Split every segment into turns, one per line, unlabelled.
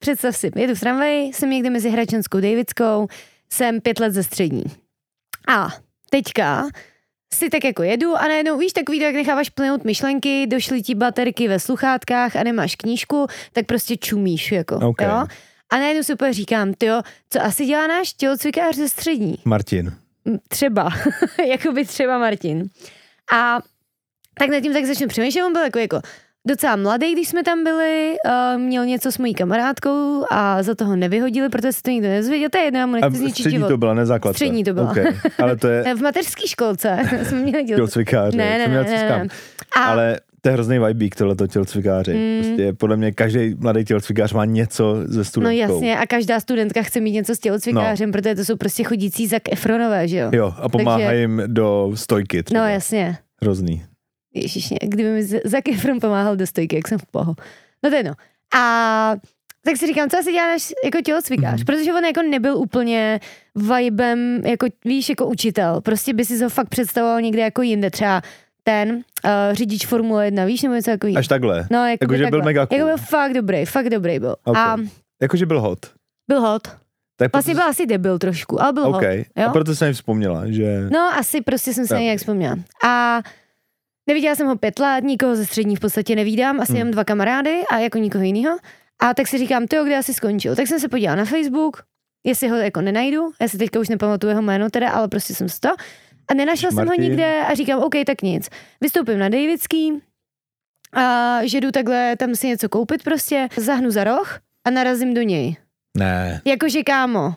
Představ si, jedu v tramvaji, jsem někde mezi Hračanskou Davidskou, jsem pět let ze střední. A teďka si tak jako jedu a najednou, víš, takový to, jak necháváš plynout myšlenky, došly ti baterky ve sluchátkách a nemáš knížku, tak prostě čumíš, jako,
Ok.
jo? A najednou si úplně říkám, tyjo, co asi dělá náš tělocvikář ze střední?
Martin.
M, Třeba, jakoby třeba Martin. A tak nad tím tak začnu přemýšlet, on byl jako, jako docela mladý, když jsme tam byli, uh, měl něco s mojí kamarádkou a za toho nevyhodili, protože se to nikdo nezvěděl, to je jedno, já mu
A
nechci
v
zničit
střední
život.
to byla, ne základka.
Střední to byla.
Ok, Ale to je
Ne, V mateřské školce jsme měli dělat.
tělocvikáři.
Ne, ne,
jsem
ne,
měl
ne, ne.
ciskám.
A ale...
Ale to je hrozný vibík, tohleto tělocvikáři. Mm. Prostě podle mě každý mladý tělocvikář má něco ze
No
studentkou.
jasně, a každá studentka chce mít něco s tělocvikářem, no. protože to jsou prostě chodící za Efronové, že jo?
Jo, a pomáhá
Takže-
jim do stojky. Třeba.
No jasně.
Hrozný.
Ježíš, kdyby mi za Efron pomáhal do stojky, jak jsem v poho. No to je no. A tak si říkám, co asi děláš jako
Mhm.
tělocvikář, mm-hmm. protože on jako nebyl úplně vibem, jako víš, jako učitel. Prostě by si ho fakt představoval někde jako jinde, třeba ten uh, řidič Formule 1, víš, nebo něco takový.
Až takhle.
No, jako
Jakože byl mega cool.
Jako byl fakt dobrý, fakt dobrý byl.
Okay.
A
Jakože byl hot.
byl hot.
Tak
Vlastně byl asi debil trošku, ale byl
OK.
hot.
A
jo?
proto jsem jim vzpomněla, že...
No, asi prostě jsem se
Jo.
nějak vzpomněla. A neviděla jsem ho pět let, nikoho ze střední v podstatě nevídám, asi
Hmm.
jenom dva kamarády a jako nikoho jiného. A tak si říkám, to kde asi skončil. Tak jsem se podívala na Facebook, jestli ho jako nenajdu, já si teďka už nepamatuju jeho jméno teda, ale prostě jsem si to. A nenašla jsem ho
Martin.
nikde a říkám, OK, tak nic. Vystoupím na Davidský, a že jdu takhle tam si něco koupit prostě, zahnu za roh a narazím do něj.
Ne.
Jakože kámo,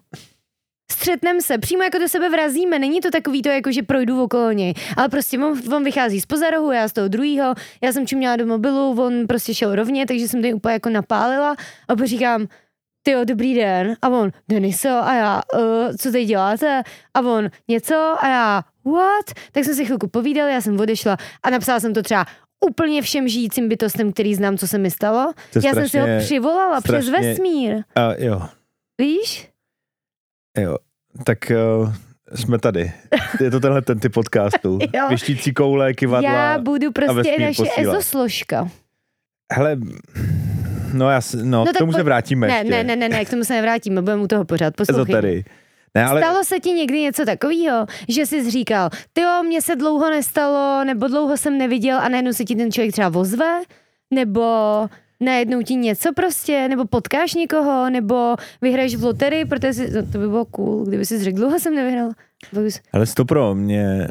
střetnem se, přímo jako do sebe vrazíme, není to takový to, jako že projdu okolo něj, ale prostě on, on vychází z rohu, já z toho druhého, já jsem čuměla do mobilu, on prostě šel rovně, takže jsem tady úplně jako napálila a pak říkám, tyjo, dobrý den, a on, Deniso, a já, uh, co tady děláte? A on, něco, a já, what? Tak jsem si chvilku povídala, já jsem odešla a napsala jsem to třeba úplně všem žijícím bytostem, který znám, co se mi stalo.
To je
já jsem si ho
strašně-
přivolala přes
strašně-
vesmír,
A jo,
víš?
jo. Tak uh, jsme tady. Je to tenhle ten typ podcastů.
Jo.
Věštící koule, kivadla.
Já budu prostě
vesmír
naše
posílá.
ezosložka.
Hele, no já, s- no,
No
no k
tak
tomu
pojď-
se vrátíme
Ne,
ještě.
ne, ne, ne, ne, k tomu se nevrátíme, budeme u toho pořád,
Za
poslouchej.
tady. Ne, ale
Stalo se ti někdy něco takového, že jsi říkal, tyjo, mně se dlouho nestalo, nebo dlouho jsem neviděl a najednou se ti ten člověk třeba ozve, nebo najednou ti něco prostě, nebo potkáš někoho, nebo vyhraješ v loterii, protože jsi, no, to by bylo cool, kdyby jsi řekl, dlouho jsem nevyhrál. Pak bys-
Ale to pro mě,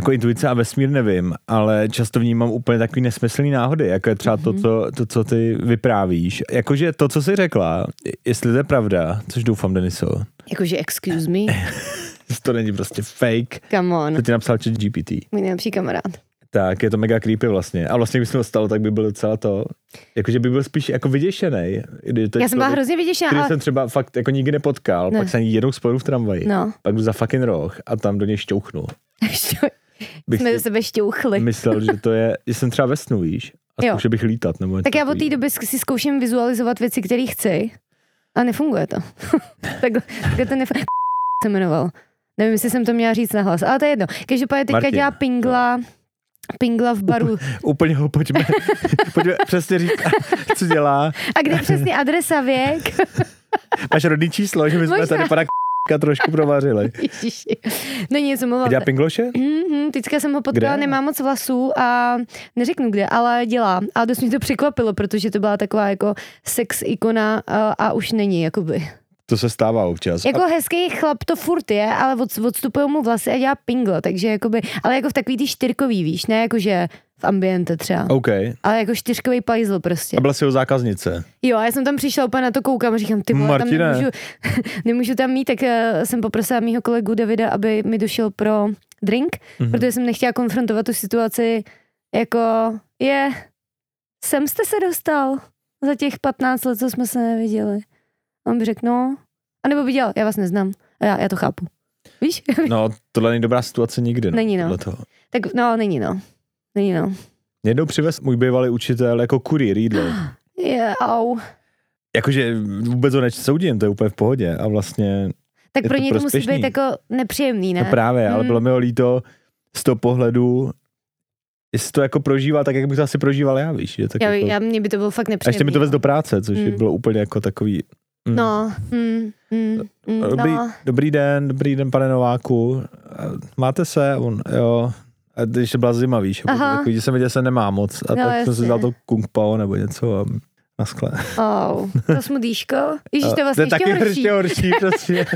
jako intuice a vesmír nevím, ale často vnímám úplně takový nesmyslný náhody, jako je třeba
Mhm.
to, co, to, co ty vyprávíš. Jakože to, co jsi řekla, jestli to je pravda, což doufám, Deniso,
Jakože excuse me,
jestli to není prostě fake,
come on,
to ti napsal chat GPT,
můj nejlepší kamarád.
tak je to mega creepy vlastně. A vlastně, kdyby se to stalo, tak by byl docela to, jakože by byl spíš jako vyděšený. kdy to je
Já jsem byla
člověk,
hrozně vyděšená,
který
ale...
jsem třeba fakt jako nikdy nepotkal,
Ne.
pak jsem jednou sporu v tramvaji,
No.
pak jdu za fucking roh a tam do něj šťouchnu. Bych
jsme
si-
do sebe šťouchli.
myslel, že to je, že jsem třeba ve snu, víš? A
Jo.
zkoušel bych lítat. Nebo něco
Tak já od té
takovýho.
doby si zkouším vizualizovat věci, které chci. A nefunguje to. tak, tak to nefunguje. se jmenoval. Nevím, jestli jsem to měla říct na hlas, ale to je jedno. Každopádně teďka
Martin,
dělá pingla, pingla v baru.
Úplně ho pojďme, pojďme přesně říct, co dělá.
A kde přesně adresa, věk?
Máš rodný číslo, že my jsme
Možná.
tady pana k***ka trošku provařili.
Ježiši. No nic, mluvil.
Dělá pingloše?
Mm-hmm, teďka jsem ho potkala,
Kde?
nemá moc vlasů a neřeknu kde, ale dělá. A dost mě to překvapilo, protože to byla taková jako sex ikona a, a už není, jakoby.
To se stává občas.
Jako
A
hezký chlap to furt je, ale od, odstupují mu vlasy a dělá pingla, takže jakoby, ale jako v takový ty čtyřkový, víš, ne jakože v ambiente třeba,
OK. A
ale jako čtyřkový pajzl prostě.
byla si jeho zákaznice.
Jo, a já jsem tam přišla úplně na to koukám a říkám, ty vole, tam
Martine.
nemůžu, nemůžu tam mít, tak eh, jsem poprosila mýho kolegu Davida, aby mi došel pro drink,
Mhm. Hmm.
mm-hmm. protože jsem nechtěla konfrontovat tu situaci jako, je, sem jste se dostal za těch 15 let, co jsme se neviděli. A on by řekl, no, anebo by dělal, já vás neznám, a já, já to chápu. Víš?
No, tohle není dobrá situace nikdy. No,
Není, no.
podle Toho.
tak no, není no. Není no.
Mě Jednou přivez můj bývalý učitel jako kurýr jídlo.
Je, au.
Jakože vůbec ho nesoudím, to je úplně v pohodě. A vlastně,
Tak
Je
pro
to
něj to musí
prospěšný.
být jako nepříjemný, ne?
no právě, ale
Mm.
bylo mi ho líto z toho pohledu, jestli to jako prožíval tak, jak bych to asi prožíval já, víš. Že, tak
Já,
jako,
já, mě by to bylo fakt
a
nepříjemné.
ještě mi to vez do práce, což
Mm.
mm. bylo úplně jako takový... mm.
No, mm, mm, mm,
Dobrý,
no.
dobrý den, dobrý den, pane Nováku. A Máte se? A On, jo. A když to byla zima, víš, a
Aha.
potom takový, že jsem věděl, že se nemá moc. A
No,
tak jsem si
jasně.
dal to kung pao nebo něco a na skle.
Oh, to smudíško. Ježíš, to je
to
vlastně
je taky
ještě horší.
ještě horší, prostě.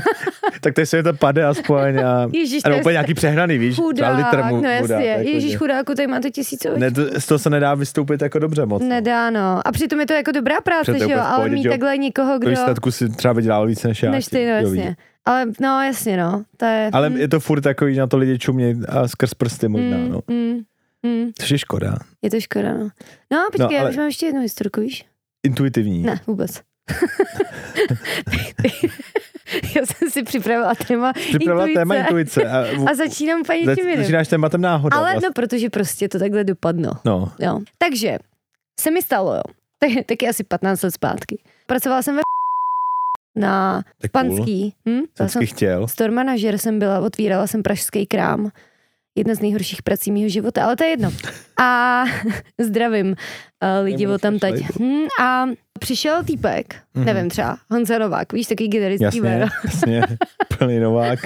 tak teď se to pade aspoň a...
Ježíš, to
a nebo
je
úplně nějaký přehnaný, víš? třeba
chudák,
litr mu-
no
mu dá,
jasně.
jako,
Ježíš,
že-
chudáku, tady máte tisícovku.
ne, to, z toho se nedá vystoupit jako dobře moc. no.
Nedá, no. A přitom je to jako dobrá práce,
Přitom to je
že jo?
úplně v
Ale
pohodě,
mít
že jo?
takhle někoho,
Do
kdo...
výsledku si třeba vydělal víc než já.
Než
tím,
ty, no
kdo ví.
jasně. Ale no jasně, no. To je...
Ale
mm,
je to furt takový, na to lidi čumějí a skrz prsty možná,
mm,
no.
mm, mm.
Což je škoda.
Je to škoda, no. No, počkej, já
ale-
už mám ještě jednu historku, víš?
Intuitivní.
Ne, vůbec. já jsem si připravila téma
Připravila
intuice.
téma intuice. A, v-
A začínám paní
zač-
tím jiným.
začínáš tématem náhoda.
Ale
vlastně.
no, protože prostě to takhle dopadlo.
no.
Jo. Takže se mi stalo, jo. Tak, taky asi 15 let zpátky. Pracovala jsem ve na
tak cool. no.
Panský. Hm?
Jsem
Byla jsem
vždycky chtěl.
store manažer jsem byla, otvírala jsem pražský krám. Jedna z nejhorších prací mého života, ale to je jedno. A zdravím uh, lidi
Nebudu
o tam teď.
slyšet.
Hmm, a přišel týpek,
Mhm.
nevím, třeba Honza Novák, víš, takový gitaristický
Jasně,
jméno.
jasně. Plný novák.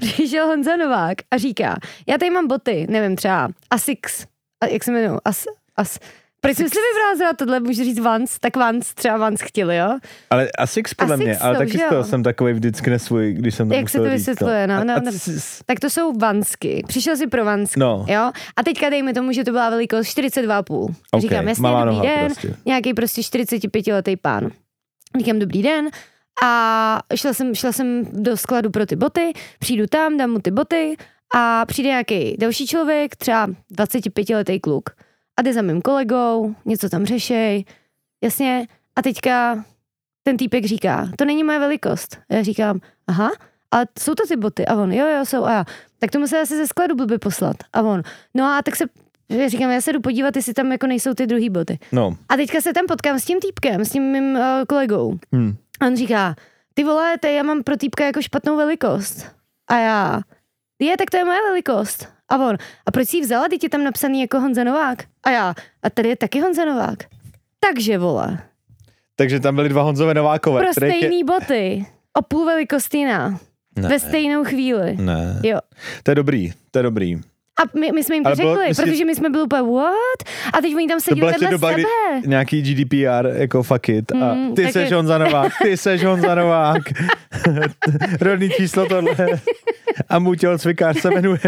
Přišel Honza Novák a říká, já tady mám boty, nevím, třeba Asics, a jak se jmenují, As, As, proč jsem si vybrala zrovna tohle, můžu říct Vans, tak Vans, třeba Vans chtěli, jo?
Ale Asics podle
Asics
mě, ale
jsou,
taky
že
z toho
jo?
jsem takový vždycky nesvůj, když jsem to
Jak se
musel
to
říct, no.
vysvětluje, no,
A-
no,
a
no.
c- c-
Tak to jsou Vansky. Přišel si pro Vansky.
No,
Jo? A teďka dejme tomu, že to byla velikost 42,5.
Ok,
Říkám, jasně,
malá
dobrý
noha
den.
prostě.
Nějaký prostě 45 letý pán. Říkám, dobrý den. A šla jsem, šla jsem do skladu pro ty boty, přijdu tam, dám mu ty boty a přijde nějaký další člověk, třeba 25 letý kluk. A jde za mým kolegou, něco tam řešej, jasně. A teďka ten týpek říká, to není moje velikost. A já říkám, aha, a jsou to ty boty? A on, jo, jo, jsou. A já, tak to musel asi ze skladu blbě poslat. A on, no a tak se, já říkám, já se jdu podívat, jestli tam jako nejsou ty druhý boty.
no.
A teďka se tam potkám s tím týpkem, s tím mým uh, kolegou.
Hm.
A on říká, ty vole, tady já mám pro týpka jako špatnou velikost. A já, je, tak to je moje velikost. A on, a proč jsi ji vzala, teď je tam napsaný jako Honza Novák? A já, a tady je taky Honza Novák. Takže vole,
Takže tam byly dva Honzové Novákové.
pro
kterých je-
stejný boty, o půl velikost jiná,
Ne.
ve stejnou chvíli.
Ne.
Jo.
To je dobrý, to je dobrý.
A my, my jsme jim to
Ale bylo-
řekli,
myslím-
protože my jsme byli úplně what? A teď oni tam
To
sedí
byla ještě
vedle
doba, kdy
sebe.
nějaký GDPR, jako fuck it. A
Mm,
ty
taky-
seš Honza Novák, ty seš Honza Novák. Rodný číslo tohle. A můj tělocvikář se jmenuje.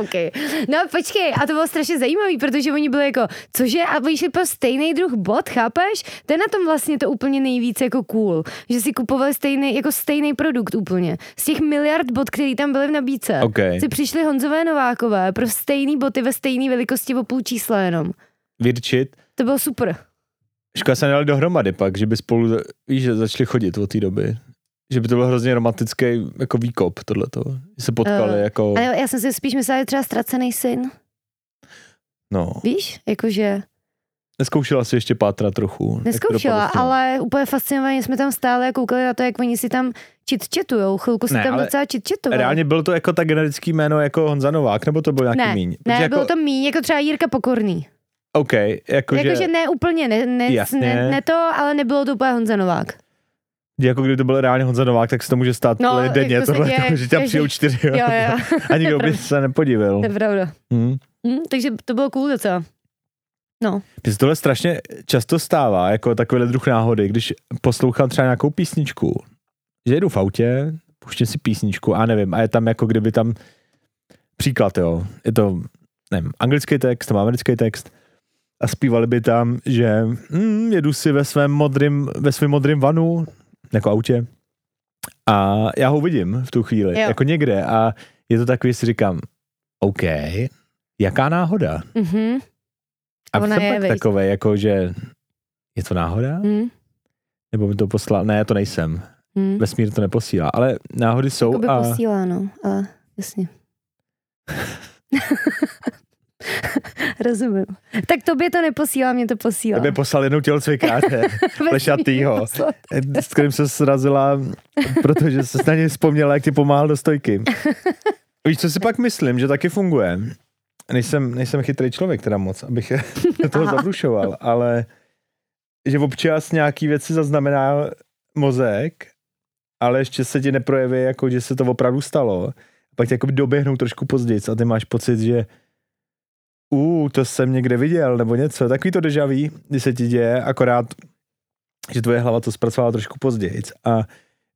Okay. No počkej, a to bylo strašně zajímavý, protože oni byli jako, cože, a oni šli po stejný druh bod, chápeš? To je na tom vlastně to úplně nejvíc jako cool, že si kupovali stejný, jako stejný produkt úplně. Z těch miliard bod, který tam byly v nabídce,
OK.
si přišli Honzové Novákové pro stejný boty ve stejné velikosti o půl čísla jenom.
Virčit.
To bylo super.
Škoda se nedali dohromady pak, že by spolu, za- víš, že začali chodit od té doby. Že by to byl hrozně romantický jako výkop tohleto. Že se potkali
Eh,
jako,
Ale já jsem si spíš myslela, že třeba ztracený syn,
no.
víš? Jakože
Neskoušela si ještě pátra trochu. jak to
neskoušela,
dopadlo s ním.
ale úplně fascinovaně jsme tam stáli a koukali na to, jak oni si tam chitchatujou. Chvilku si
Ne,
tam
ale
docela chitchatovali.
Reálně bylo to jako tak generický jméno jako Honza Novák, nebo to byl nějaký
Ne,
míň?
Ne,
Protože jako,
bylo to míň, jako třeba Jirka Pokorný.
OK, jakože...
Jakože ne úplně, ne, ne,
Jasně.
ne, ne to, ale nebylo to úplně Honza Novák.
jako kdyby to byl reálně Honza Novák, tak se to může stát
No,
no,
jak
denně,
to se
tohle,
děje,
že tě
že-
přijou čtyři.
Jo, jo,
A nikdo by se nepodivil.
to je pravda.
Hmm.
Hm, takže to bylo cool docela.
Mně se tohle strašně často stává, jako takovýhle druh náhody, když poslouchám třeba nějakou písničku, že jedu v autě, puštím si písničku a nevím, a je tam jako kdyby tam příklad, jo, je to, nevím, anglický text, nebo americký text, a zpívali by tam, že mm, jedu si ve svém modrým, ve svém modrým vanu, jako autě, a já ho vidím v tu chvíli,
Jo.
jo. jako někde, a je to takový, že si říkám, OK, jaká náhoda,
Mhm.
a
Ona
Ona jsem
je,
je, pak
veď.
takovej, jako že je to náhoda?
Hm.
Nebo mi to poslal? Ne, já to nejsem.
Hm.
Vesmír to neposílá, ale náhody jsou
Jakoby
a
posílá, no, ale jasně. Rozumím. Tak tobě to neposílá, mě to posílá.
tebe poslal jednou tělocvikáře,
Vesmír
plešatýho,
poslal.
s kterým se srazila, protože se na něj vzpomněla, jak ti pomáhal do stojky. Víš, co si pak myslím, že taky funguje? Nejsem, nejsem chytrý člověk teda moc, abych do toho zabrušoval, ale že občas nějaký věci zaznamená mozek, ale ještě se ti neprojeví, jako že se to opravdu stalo. Pak tě jakoby doběhnou trošku později a ty máš pocit, že u, to jsem někde viděl, nebo něco. Takový to dejaví, kdy se ti děje, akorát, že tvoje hlava to zpracovala trošku později. A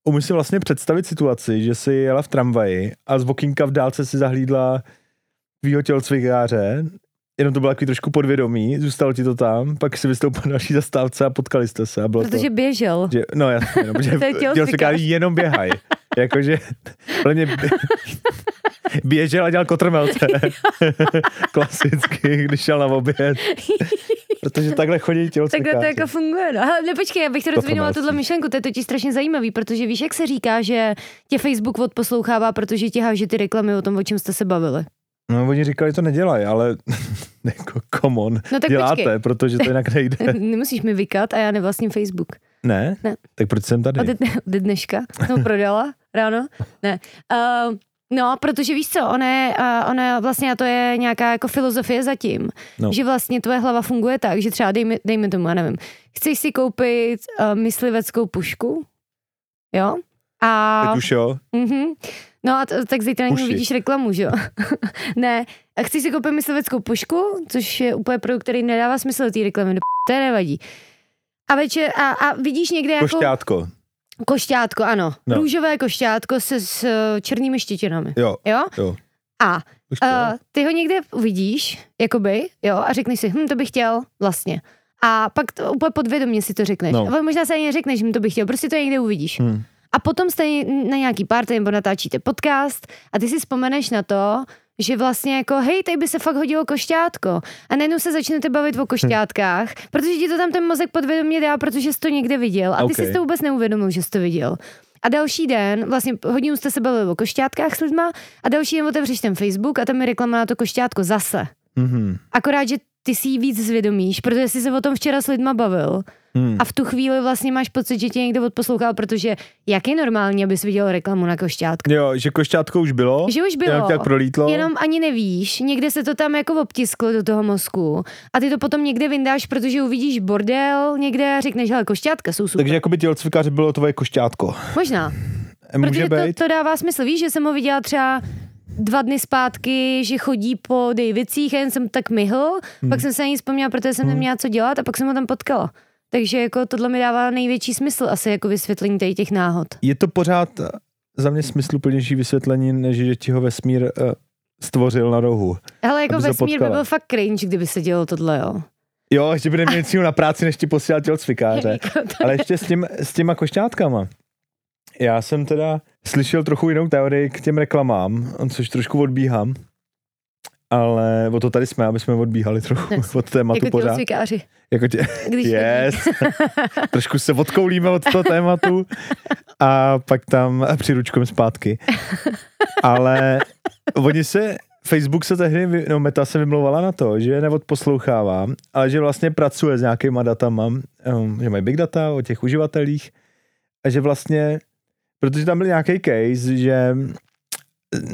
umím si vlastně představit situaci, že si jela v tramvaji a z okýnka v dálce si zahlídla tvýho tělocvikáře, jenom to bylo takový trošku podvědomí, zůstalo ti to tam, pak si vystoupil na další zastávce a potkali jste se a bylo to...
Protože běžel.
Že, no jasně, no, protože
To je tělocvikář.
tělocvikáři jenom běhají. Jakože, podle mě bě- běžel a dělal kotrmelce. Klasicky, když šel na oběd. Protože takhle chodí tělocvikáři.
Takhle to jako funguje. No. Hele, ne, počkej, já bych to rozvinula
Kotrmelci.
tuhle myšlenku, to je totiž strašně zajímavý, protože víš, jak se říká, že tě Facebook odposlouchává, protože ti háže ty reklamy o tom, o čem jste se bavili.
No, oni říkali, to nedělají, ale jako come on,
No tak
děláte,
počkej.
protože to jinak nejde.
Nemusíš mi vykat a já nevlastním Facebook.
Ne?
Ne.
Tak proč jsem tady?
Od, dne- od dneška jsem ho prodala ráno. Ne. Uh, no, protože víš co, ona, je, uh, ona vlastně a to je nějaká jako filozofie zatím,
No.
no. že vlastně tvoje hlava funguje tak, že třeba dejme, dejme tomu, já nevím, chceš si koupit uh, mysliveckou pušku, jo? A...
Teď už jo.
Mm-hmm. No a t- tak zítra na ní
Uši.
vidíš reklamu, že jo? ne, a chci si koupit mysliveckou pušku, což je úplně produkt, který nedává smysl do té reklamy, do p- to je nevadí. A večer, a, a vidíš někde jako...
Košťátko.
Košťátko, ano.
No.
No. Růžové košťátko se s eh, černými štětinami.
Jo,
Jo?
jo.
A
Už to jo.
Uh, ty ho někde uvidíš, jakoby, jo, a řekneš si, hm, to bych chtěl, vlastně. A pak to, úplně podvědomě si to řekneš.
No.
No. Ale možná se ani neřekneš, hm, to bych chtěl, prostě to někde uvidíš.
Hmm.
A potom jste na nějaký party nebo natáčíte podcast a ty si vzpomeneš na to, že vlastně jako, hej, tady by se fakt hodilo košťátko. A najednou se začnete bavit o košťátkách, protože ti to tam ten mozek podvědomě dá, protože jsi to někde viděl. A ty
Ok.
jsi to vůbec neuvědomil, že jsi to viděl. A další den, vlastně hodinu jste se bavili o košťátkách s lidma a další den otevřeš ten Facebook a tam je reklama na to košťátko zase.
Mhm.
Akorát, že ty si ji víc zvědomíš, protože jsi se o tom včera s lidma bavil.
Hmm.
A v tu chvíli vlastně máš pocit, že tě někdo odposlouchal, protože jak je normální, abys viděl reklamu na košťátku?
Jo, že košťátko už bylo,
Že už bylo.
jenom No, tak prolítlo.
Jenom ani nevíš, někde se to tam jako obtisklo do toho mozku a ty to potom někde vyndáš, protože uvidíš bordel někde a řekneš, hele, košťátka jsou super.
Takže jakoby tělocvikář bylo tvoje košťátko.
Možná,
Může
protože to,
být?
to dává smysl. Víš, že jsem ho viděla třeba dva dny zpátky, že chodí po Davicích a jen jsem tak myhl, hmm. pak jsem se ani vzpomněla, protože jsem hmm. neměla co dělat a pak jsem ho tam potkala. Takže jako tohle mi dává největší smysl asi jako vysvětlení tady těch náhod.
Je to pořád eh, za mě smysluplnější vysvětlení, než že ti ho vesmír eh, stvořil na rohu.
Hele, jako
Aby se
vesmír by
potkala.
byl fakt cringe, kdyby se dělo tohle, jo.
Jo, ještě by neměl nic jiného na práci, než ti posílal tělocvikáře.
Jako to-
Ale ještě s, tím, s těma košťátkama. Já jsem teda slyšel trochu jinou teorii k těm reklamám, což trošku odbíhám. Ale o to tady jsme, aby jsme odbíhali trochu od tématu
Jako
pořád.
tělocvikáři.
Jako tě,
Když
yes. Trošku se odkoulíme od toho tématu a pak tam přiručkujeme zpátky. Ale oni se, Facebook se tehdy, vy- no Meta se vymlouvala na to, že je neodposlouchává, ale že vlastně pracuje s nějakýma datama, um, že mají big data o těch uživatelích a že vlastně, protože tam byl nějaký case, že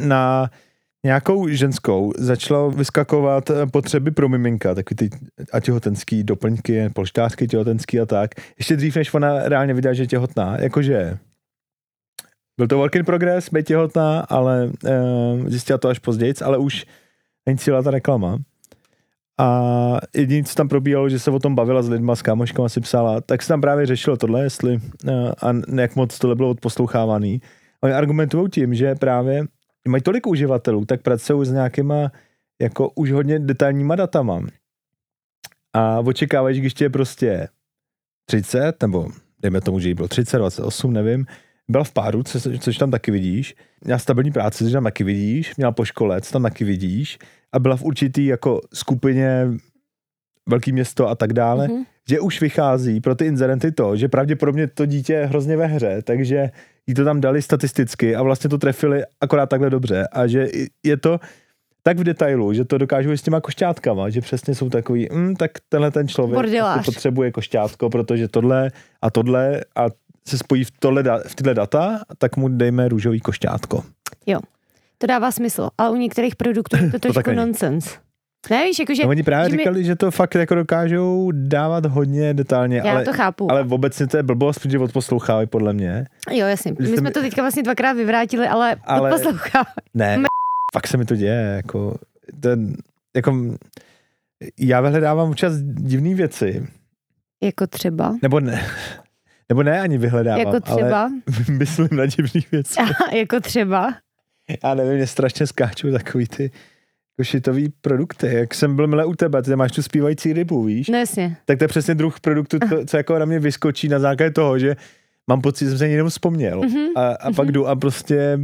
na nějakou ženskou začalo vyskakovat eh, potřeby pro miminka, takový ty a těhotenský doplňky, polštářky těhotenský a tak. Ještě dřív, než ona reálně vydá, že je těhotná. Jakože byl to work in progress, být těhotná, ale e, zjistila to až později, ale už není cíla ta reklama. A jediné, co tam probíhalo, že se o tom bavila s lidma, s kámoškama si psala, tak se tam právě řešilo tohle, jestli eh, a n- jak moc tohle bylo odposlouchávaný. Oni argumentují tím, že právě mají tolik uživatelů, tak pracují s nějakýma jako už hodně detailníma datama a očekáváš, když tě je prostě 30, nebo dejme tomu, že jí bylo 30, 28, nevím, byla v páru, co, což tam taky vidíš, měla stabilní práci, což tam taky vidíš, měla po škole, co tam taky vidíš, a byla v určitý jako skupině velký město a tak dále, mm-hmm.
Mhm.
že už vychází pro ty inzerenty to, že pravděpodobně to dítě je hrozně ve hře, takže jí to tam dali statisticky a vlastně to trefili akorát takhle dobře a že i- je to tak v detailu, že to dokážu i s těma košťátkama, že přesně jsou takový, mm, tak tenhle ten člověk
Bordelář.
prostě potřebuje košťátko, protože tohle a tohle a se spojí v, tohle, da- v tyhle data, tak mu dejme růžový košťátko.
to dává smysl. Ale u některých produktů je to trošku
tak není.
nonsens. Ne, víš, jakože...
No, oni právě
že mi-
říkali, že to fakt jako dokážou dávat hodně detailně,
Já
ale,
to chápu.
ale obecně to je blbost, protože odposlouchávají podle mě.
Jo, jasně.
Že
My
jste
jsme
mi-
to teďka vlastně dvakrát vyvrátili, ale,
Ale-
ale... poslouchám.
Ne,
Me-
fakt se mi to děje, jako, ten, jako, já vyhledávám občas divné věci,
Jako třeba.
nebo ne, nebo ne ani vyhledávám,
Jako
ale
třeba.
myslím na divné věci.
jako třeba.
Já nevím, mě strašně skáčou takový ty košitový produkty. Jak jsem byl mile u tebe, ty tam máš tu zpívající rybu, víš?
No jasně.
Tak to je přesně druh produktu, co, co jako na mě vyskočí na základě toho, že mám pocit, že jsem se jenom vzpomněl.
Mhm.
A, a pak jdu a prostě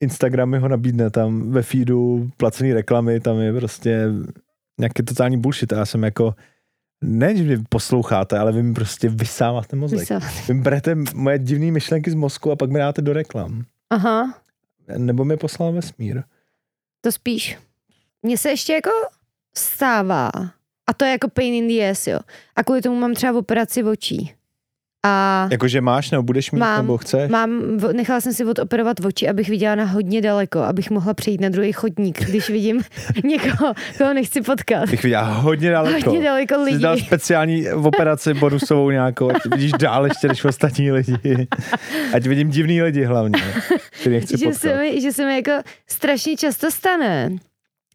Instagram mi ho nabídne tam ve feedu placený reklamy, tam je prostě nějaký totální bullshit a já jsem jako ne, že mě posloucháte, ale vy mi prostě vysáváte mozek.
Mysl-
Vy mi berete moje divné myšlenky z mozku a pak mi dáte do reklam.
Aha,
Nebo mi poslal vesmír.
to spíš. Mně se ještě jako stává, a to je jako pain in the ass, jo. A kvůli tomu mám třeba operaci očí. A
Jakože máš nebo budeš mít
Mám.
nebo chceš?
mám, v- nechala jsem si odoperovat oči, abych viděla na hodně daleko, abych mohla přejít na druhý chodník, když vidím někoho, koho nechci potkat.
Bych viděl hodně daleko.
Hodně daleko
Jsi
lidí.
dal speciální operaci bonusovou nějakou, ať vidíš dál ještě než ostatní lidi. Ať vidím divný lidi hlavně, který nechci
že se,
potkat.
mi, že se mi jako strašně často stane,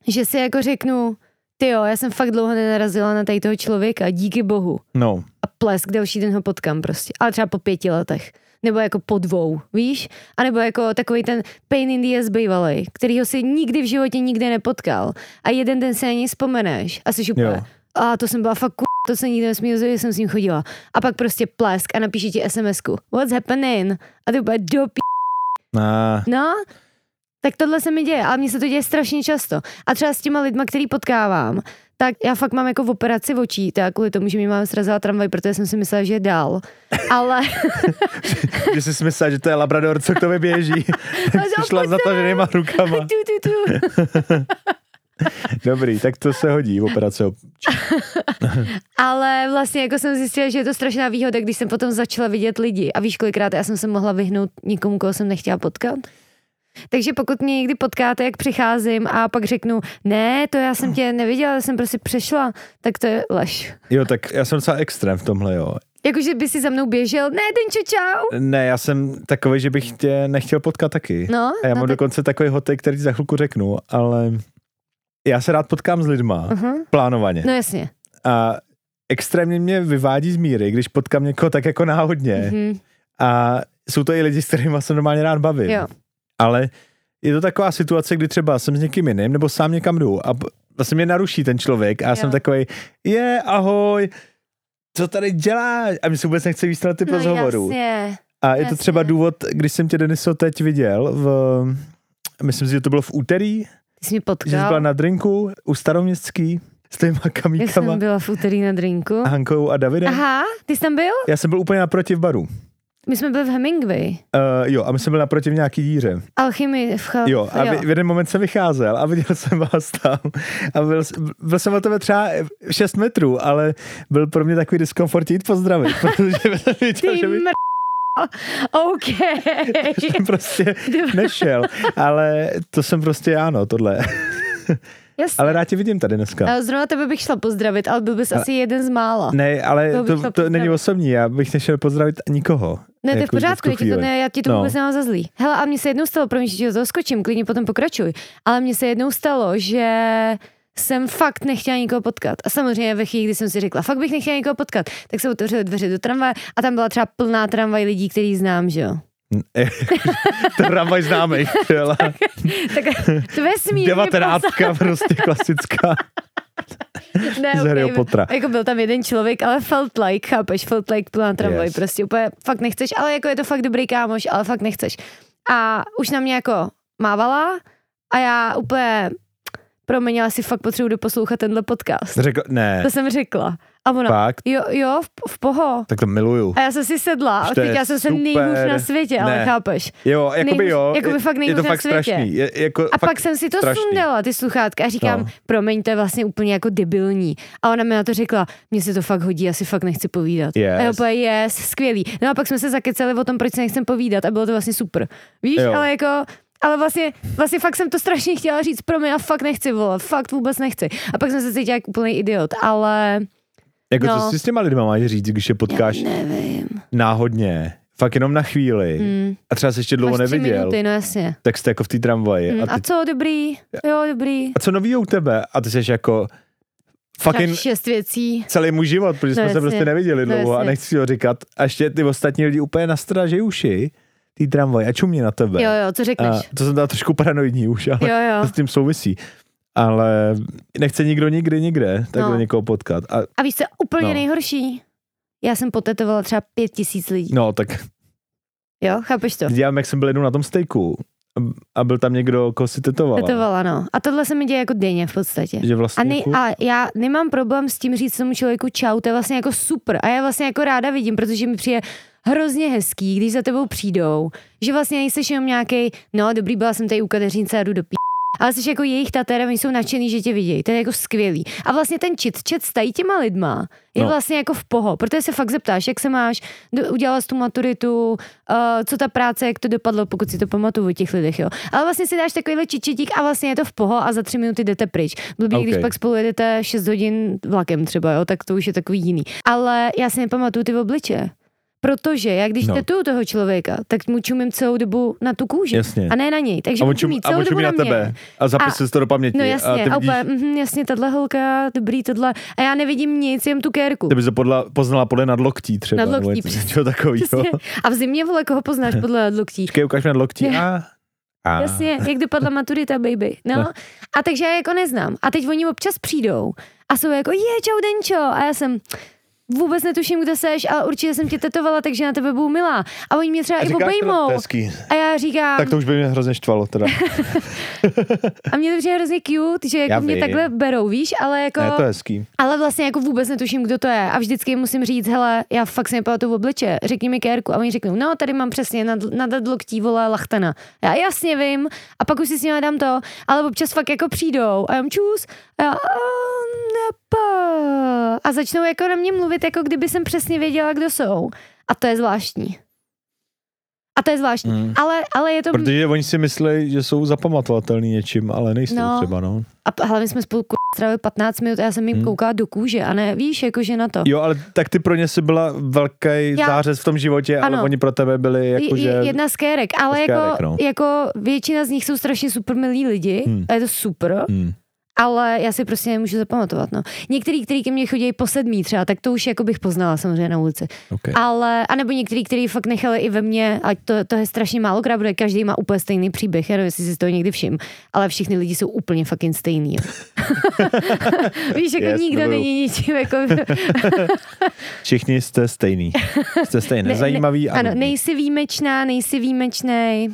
že si jako řeknu, ty jo, já jsem fakt dlouho nenarazila na tady toho člověka, díky bohu.
No,
A plesk, další den ho potkám prostě. Ale třeba po pěti letech. Nebo jako po dvou, víš? A nebo jako takový ten pain in the ass bývalej, který ho si nikdy v životě nikde nepotkal. A jeden den se na něj vzpomeneš a jsi úplně,
Jo.
a to jsem byla fakt ku... to se nikdy nesmí dozvědět, že jsem s ním chodila. A pak prostě plesk a napíše ti SMSku. What's happening? A ty úplně do p...
a,
No, tak tohle se mi děje, ale mně se to děje strašně často. A třeba s těma lidma, který potkávám, tak já fakt mám jako v operaci očí, to já kvůli tomu, že mi mám srazila tramvaj, protože jsem si myslela, že je dál. Ale
že jsi si myslela, že to je Labrador, co k tobě běží. tak
Ale
jsi šla za to, že nemá rukama.
tu, tu, tu.
Dobrý, tak to se hodí v operaci.
Ale vlastně jako jsem zjistila, že je to strašná výhoda, když jsem potom začala vidět lidi. A víš, kolikrát já jsem se mohla vyhnout někomu, koho jsem nechtěla potkat? Takže pokud mě někdy potkáte, jak přicházím a pak řeknu, ne, to já jsem tě neviděla, já jsem prostě přešla, tak to je lež.
Jo, tak já jsem docela extrém v tomhle, jo.
Jakože by si za mnou běžel, ne, Denčo, čau.
Ne, já jsem takový, že bych tě nechtěl potkat taky.
No,
A já
no,
mám
tak,
dokonce takový hotek, který ti za chvilku řeknu, ale já se rád potkám s lidma,
uh-huh.
plánovaně.
no jasně.
A extrémně mě vyvádí z míry, když potkám někoho tak jako náhodně.
Mhm.
A jsou to i lidi, s kterými se normálně rád bavím.
Jo.
Ale je to taková situace, kdy třeba jsem s někým jiným, nebo sám někam jdu a p- vlastně mě naruší ten člověk a já
Jo.
jsem takový, je, ahoj, co tady děláš? A mi se vůbec nechce výst na typ
No
rozhovoru.
jasně.
A je to
Jasně.
třeba důvod, když jsem tě, Deniso, teď viděl, v, myslím si, že to bylo v úterý,
Ty jsi mě
že jsi byla
potkal.
na drinku u Staroměstský s těma
Já jsem
kamíkama,
byla v úterý na drinku.
a Hankou a Davidem.
Aha, ty jsi tam byl?
Já jsem byl úplně naproti v baru. Uh,
My jsme byli v Hemingway.
jo, a my jsme byli naproti v nějaký díře.
Alchymii v chal...
Jo, a
jo.
v, v jeden moment jsem vycházel a viděl jsem vás tam. A byl, byl jsem od tebe třeba 6 metrů, ale byl pro mě takový diskomfort jít pozdravit, protože jsem viděl,
Ty
že by
mr... OK.
jsem prostě nešel. Ale to jsem prostě ano, tohle.
Jasně.
Ale rád tě vidím tady dneska.
Ale... Zrovna tebe bych šla pozdravit, ale byl bys asi jeden z mála.
Ne, ale
Toho bych
to,
šla
to není
pozdravit.
osobní, já bych nešel pozdravit nikoho.
Ne, to je v
Jako, že
pořádku, já ti
tu
to,
chvíli.
ne, já ti to
No.
no. vůbec nemám za zlý. Hele, a mně se jednou stalo, promiň, že ti to skočím, klidně potom pokračuj, ale mně se jednou stalo, že jsem fakt nechtěla nikoho potkat. A samozřejmě ve chvíli, kdy jsem si řekla, fakt bych nechtěla nikoho potkat, tak se otevřely dveře do tramvaje a tam byla třeba plná tramvaj lidí, který znám, že jo.
Tramvaj známých, byla
Tak to vesmír. mě
devatenáctka prostě klasická.
poslal- ne,
z
ok,
Harryho
byl-
Pottera.
Jako byl tam jeden člověk, ale felt like, chápeš, felt like plná tramvaj,
Yes.
prostě úplně fakt nechceš, ale jako je to fakt dobrý kámoš, ale fakt nechceš. A už na mě jako mávala a já úplně promiň, já si fakt potřebuji doposlouchat tenhle podcast.
Řekl, ne,
To jsem řekla. A ona,
fakt,
jo, jo, v, v poho.
tak to miluju.
A já jsem si sedla a
Už to je
Eh, teď já jsem se nejhůř
super.
na světě, ale
Ne.
chápeš.
Jo, jakoby
nejhůř-
jo.
jakoby
je-
fakt
Je
nejhůř
to
na
fakt
světě.
strašný. Je, jako,
A
fakt,
pak jsem si to
strašný.
sundala, ty sluchátka, a říkám,
No.
no. promiň, to je vlastně úplně jako debilní. A ona mi na to řekla, mně se to fakt hodí, asi fakt nechci povídat.
Yes.
A já úplně, yes, skvělý. No a pak jsme se zakeceli o tom, proč se nechcem povídat a bylo to vlastně super. Víš,
Jo.
ale jako... ale vlastně, vlastně fakt jsem to strašně chtěla říct, pro mě já fakt nechci volat, fakt vůbec nechci. A pak jsem se cítila jak úplný idiot, ale
Jako
No.
co si s těma lidma máš říct, když je potkáš
nevím.
náhodně, fakt jenom na chvíli
Hmm.
a třeba se ještě dlouho
Máš tři
neviděl,
minuty, no jasně.
tak jste jako v té tramvaji
Hmm.
a, ty,
A co, dobrý, jo, dobrý.
a co novýho u tebe a ty jsi jako fucking
Fucking... šest věcí.
celý můj život, protože
No
jsme se
jasně.
prostě neviděli
No
dlouho a
jasně.
nechci si ho říkat a ještě ty ostatní lidi úplně nastražejí uši tý tramvaj a čumě na tebe.
Jo, jo, co
a
řekneš?
to jsem teda trošku paranoidní už, ale
Jo, jo.
to s tím souvisí. Ale nechce nikdo nikdy nikde takhle
No.
někoho potkat. A
A víš, co je úplně
No.
no. nejhorší? Já jsem potetovala třeba pět tisíc lidí.
no, tak
Jo, chápeš to?
dělám, jak jsem byl jednou na tom stejku a byl tam někdo, koho si tetovala.
Tetovala, no. A tohle se mi děje jako denně v podstatě.
Že
A,
vlastně
ne,
jako-
a já nemám problém s tím říct tomu člověku čau, to je vlastně jako super. A já vlastně jako ráda vidím, protože mi přijde hrozně hezký, když za tebou přijdou, že vlastně nejseš jenom nějaký, no dobrý, byla jsem tady u Kateřince a jdu do p... Ale jsi jako jejich tatérem, oni jsou nadšený, že tě vidějí. To je jako skvělý. A vlastně ten chit chat s tady těma lidma je
No.
no. vlastně jako v poho, protože se fakt zeptáš, jak se máš, do- udělala jsi tu maturitu, uh, co ta práce, jak to dopadlo, pokud si to pamatuju o těch lidech, jo. Ale vlastně si dáš takovýhle čičitík a vlastně je to v poho a za tři minuty jdete pryč. Blbý, okay.
OK.
když pak spolu jedete 6 hodin vlakem třeba, jo, tak to už je takový jiný. Ale já si nepamatuju ty obličeje. Protože já když no.
No.
tetuju toho člověka, tak mu čumím celou dobu na tu kůži.
Jasně.
A ne na něj. Takže
a on
mu čumí
čumí, a
celou
on
dobu
čumí
na, mě.
na tebe. A zapisuje to do paměti.
No
a
jasně,
ty
a
vidíš,
úplně, mhm, jasně, tahle holka, dobrý, tohle. A já nevidím nic, jen tu kérku.
ty bys to podla, poznala podle nadloktí třeba.
Nadloktí,
nebo něco-
přesně.
Něco takového.
Přesně. A v zimě, vole, koho poznáš podle loktí?
Počkej, ukáž mi nadloktí. A, a.
Jasně, jak dopadla maturita, baby. No. A takže já je jako neznám. A teď oni občas přijdou a jsou jako, je, čau, Denčo. A já jsem, vůbec netuším, kdo seš, ale určitě jsem tě tetovala, takže na tebe budu milá. A oni mě třeba
A
i
říkáš to,
obejmou.
to je hezký.
A já říkám,
Tak to už by mě hrozně štvalo teda.
a mě to přijde hrozně cute, že
Já
jako mě
vím.
takhle berou, víš, ale jako...
Ne, to je hezký.
Ale vlastně jako vůbec netuším, kdo to je. A vždycky jim musím říct, hele, já fakt si nepamatuju v obliče, řekni mi kérku. A oni řeknou, no, tady mám přesně nad, nad loktí vole lachtana. Já jasně vím, a pak už si s nimi dám to, ale občas fakt jako přijdou a já jim čus. A, já, a, nepa. a začnou jako na mě mluvit, jako kdyby jsem přesně věděla, kdo jsou. A to je zvláštní. A to je zvláštní.
Mm.
Mm. Ale, ale je to...
Protože oni si myslí, že jsou zapamatovatelní něčím, ale nejsou
No.
třeba, no.
A p- hlavně jsme spolu ku- strávili 15 minut a já jsem jim
Mm.
mm. koukala do kůže a ne, víš, jakože na to.
Jo, ale tak ty pro ně si byla velký
Já-
zářez v tom životě, ano. ale
Ano.
oni pro tebe byli
Jako,
jakože...
jedna z kérek, ale
z
jako,
kérek, no.
jako většina z nich jsou strašně super milí lidi
Hmm.
hmm. a je to super,
Hmm.
ale já si prostě nemůžu zapamatovat. No. Některý, který ke mně chodí po sedmý třeba, tak to už jako bych poznala samozřejmě na ulici.
Okay.
Ale, anebo některý, který fakt nechali i ve mně, ať to, to je strašně málo krát, protože každý má úplně stejný příběh, já nevím, jestli si to někdy všim, ale všichni lidi jsou úplně fucking stejný. jo. Víš, jako
Yes,
nikdo
miluju.
není ničím, jako...
Všichni jste stejný. Jste stejný,
ne-
nezajímavý. a
ano,
nudný.
nejsi výjimečná, nejsi výjimečnej.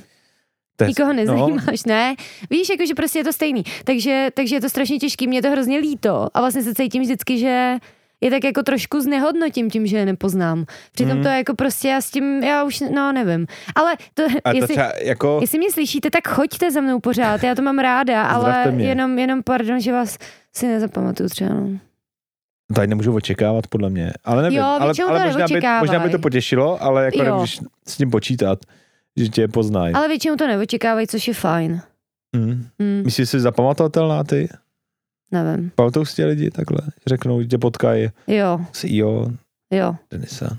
To je-
Nikoho
No,
nezajímáš, ne? Víš, jakože prostě je to stejný. Takže, takže je to strašně těžký, mě je to hrozně líto. A vlastně se cítím vždycky, že je tak jako trošku znehodnotím tím, že je nepoznám. Přitom
Mm.
to je jako prostě já s tím, já už, no nevím. Ale to,
a to
jestli,
třeba jako...
jestli mě slyšíte, tak choďte za mnou pořád, já to mám ráda,
Zdravte
ale
mě.
jenom, jenom pardon, že vás si nezapamatuju třeba. No.
Tady nemůžu očekávat, podle mě. Ale nevím.
Jo,
ale,
většinou
ale
to
možná, by,
neočekávaj.
možná by to potěšilo, ale jako
Jo.
nemůžeš s tím počítat, že tě poznají.
Ale většinou to neočekávají, což je fajn.
Mm.
Hm,
Myslíš, že jsi zapamatovatelná ty?
nevím.
Pamatou si tě lidi takhle? Řeknou, že tě potkají.
Jo,
Si jo,
jo.
Denisa.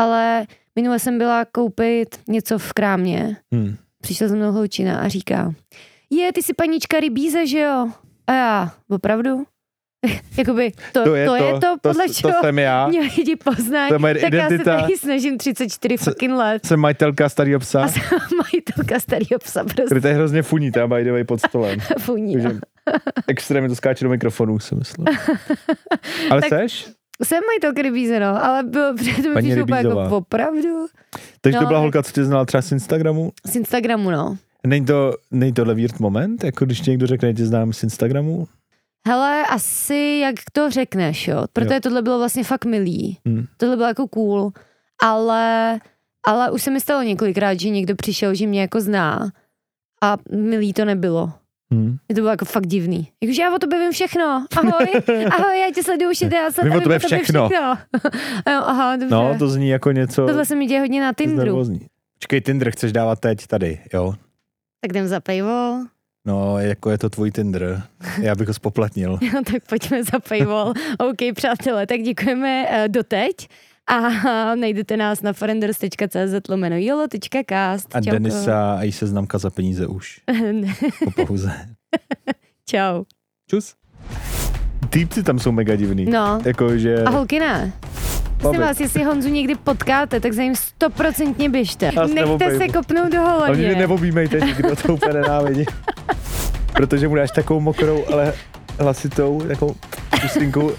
Ale minule jsem byla koupit něco v krámě
Hm.
Přišla za mnou holčina a říká, je, ty jsi paníčka rybíze, že jo? A já, opravdu? Jakoby, to, to, je, to, je to, podle
to,
čeho
to jsem já.
mě lidi poznají.
To je moje
tak já
identita.
se tady snažím 34
Co-
fucking let.
Jsem majitelka starého psa,
A jsem majitelka starýho psa, prostě
který tady hrozně funí, ta by the way pod stolem.
funí.
Takže extrémně to skáče do mikrofonu, jsem myslel. Ale
Tak-
seš?
Jsem majitelka rybíze, no, ale bylo, to mi
Paní
přišlo úplně
Rybízová.
jako opravdu.
Takže to
No,
byla
tak-
holka, co tě znala třeba z Instagramu?
Z Instagramu, no.
Není to, není tohle weird moment, jako když ti někdo řekne, že tě znám z Instagramu?
Hele, asi jak to řekneš, jo. Protože
Jo.
tohle bylo vlastně fakt milý.
Hmm.
Tohle bylo jako cool. Ale, ale už se mi stalo několikrát, že někdo přišel, že mě jako zná. A milý to nebylo.
Hmm.
Mě to bylo jako fakt divný. Jakože já o tobě vím všechno. Ahoj, ahoj, já tě sleduju 60 let.
Vím
a
o tobě všechno.
všechno. jo, aha, dobře.
No, to zní jako něco...
Tohle se mi děje hodně na Tinderu.
nervózní. Počkej, Tinder chceš dávat teď tady, jo?
Tak jdem za paywall.
No, jako je to tvůj Tinder. Já bych ho spoplatnil.
No, tak pojďme za paywall. OK, přátelé, tak děkujeme eh, doteď. A najdete nás na forenders.cz lomeno jolo.cast.
A
Čauko.
Denisa a její seznamka za peníze už. Po pohuze.
Čau.
Čus. Týpci tam jsou mega divný. Jako,
No.
Jakože...
A holky ne. Prosím vás, jestli Honzu někdy potkáte, tak za ním stoprocentně běžte.
Já se
Nechte
neobejmu.
se kopnout do
Ale mě
holoně.
neobjímejte nikdo, to úplně nenávidí. Protože mu dáš takovou mokrou, ale hlasitou, takovou puslinku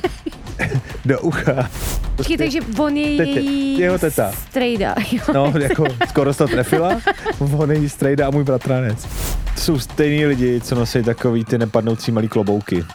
do ucha.
Počkej, takže on je
Tetě.
její
Jeho teta.
strejda. jo.
No, jako skoro se to trefila. On její strejda a můj bratranec. To jsou stejní lidi, co nosí takový ty nepadnoucí malý klobouky.